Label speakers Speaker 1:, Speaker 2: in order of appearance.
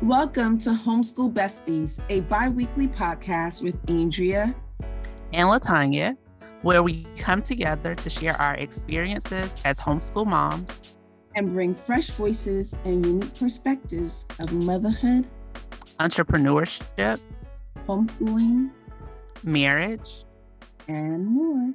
Speaker 1: Welcome to Homeschool Besties, a bi weekly podcast with Andrea
Speaker 2: and Latanya, where we come together to share our experiences as homeschool moms
Speaker 1: and bring fresh voices and unique perspectives of motherhood,
Speaker 2: entrepreneurship,
Speaker 1: homeschooling,
Speaker 2: marriage,
Speaker 1: and more.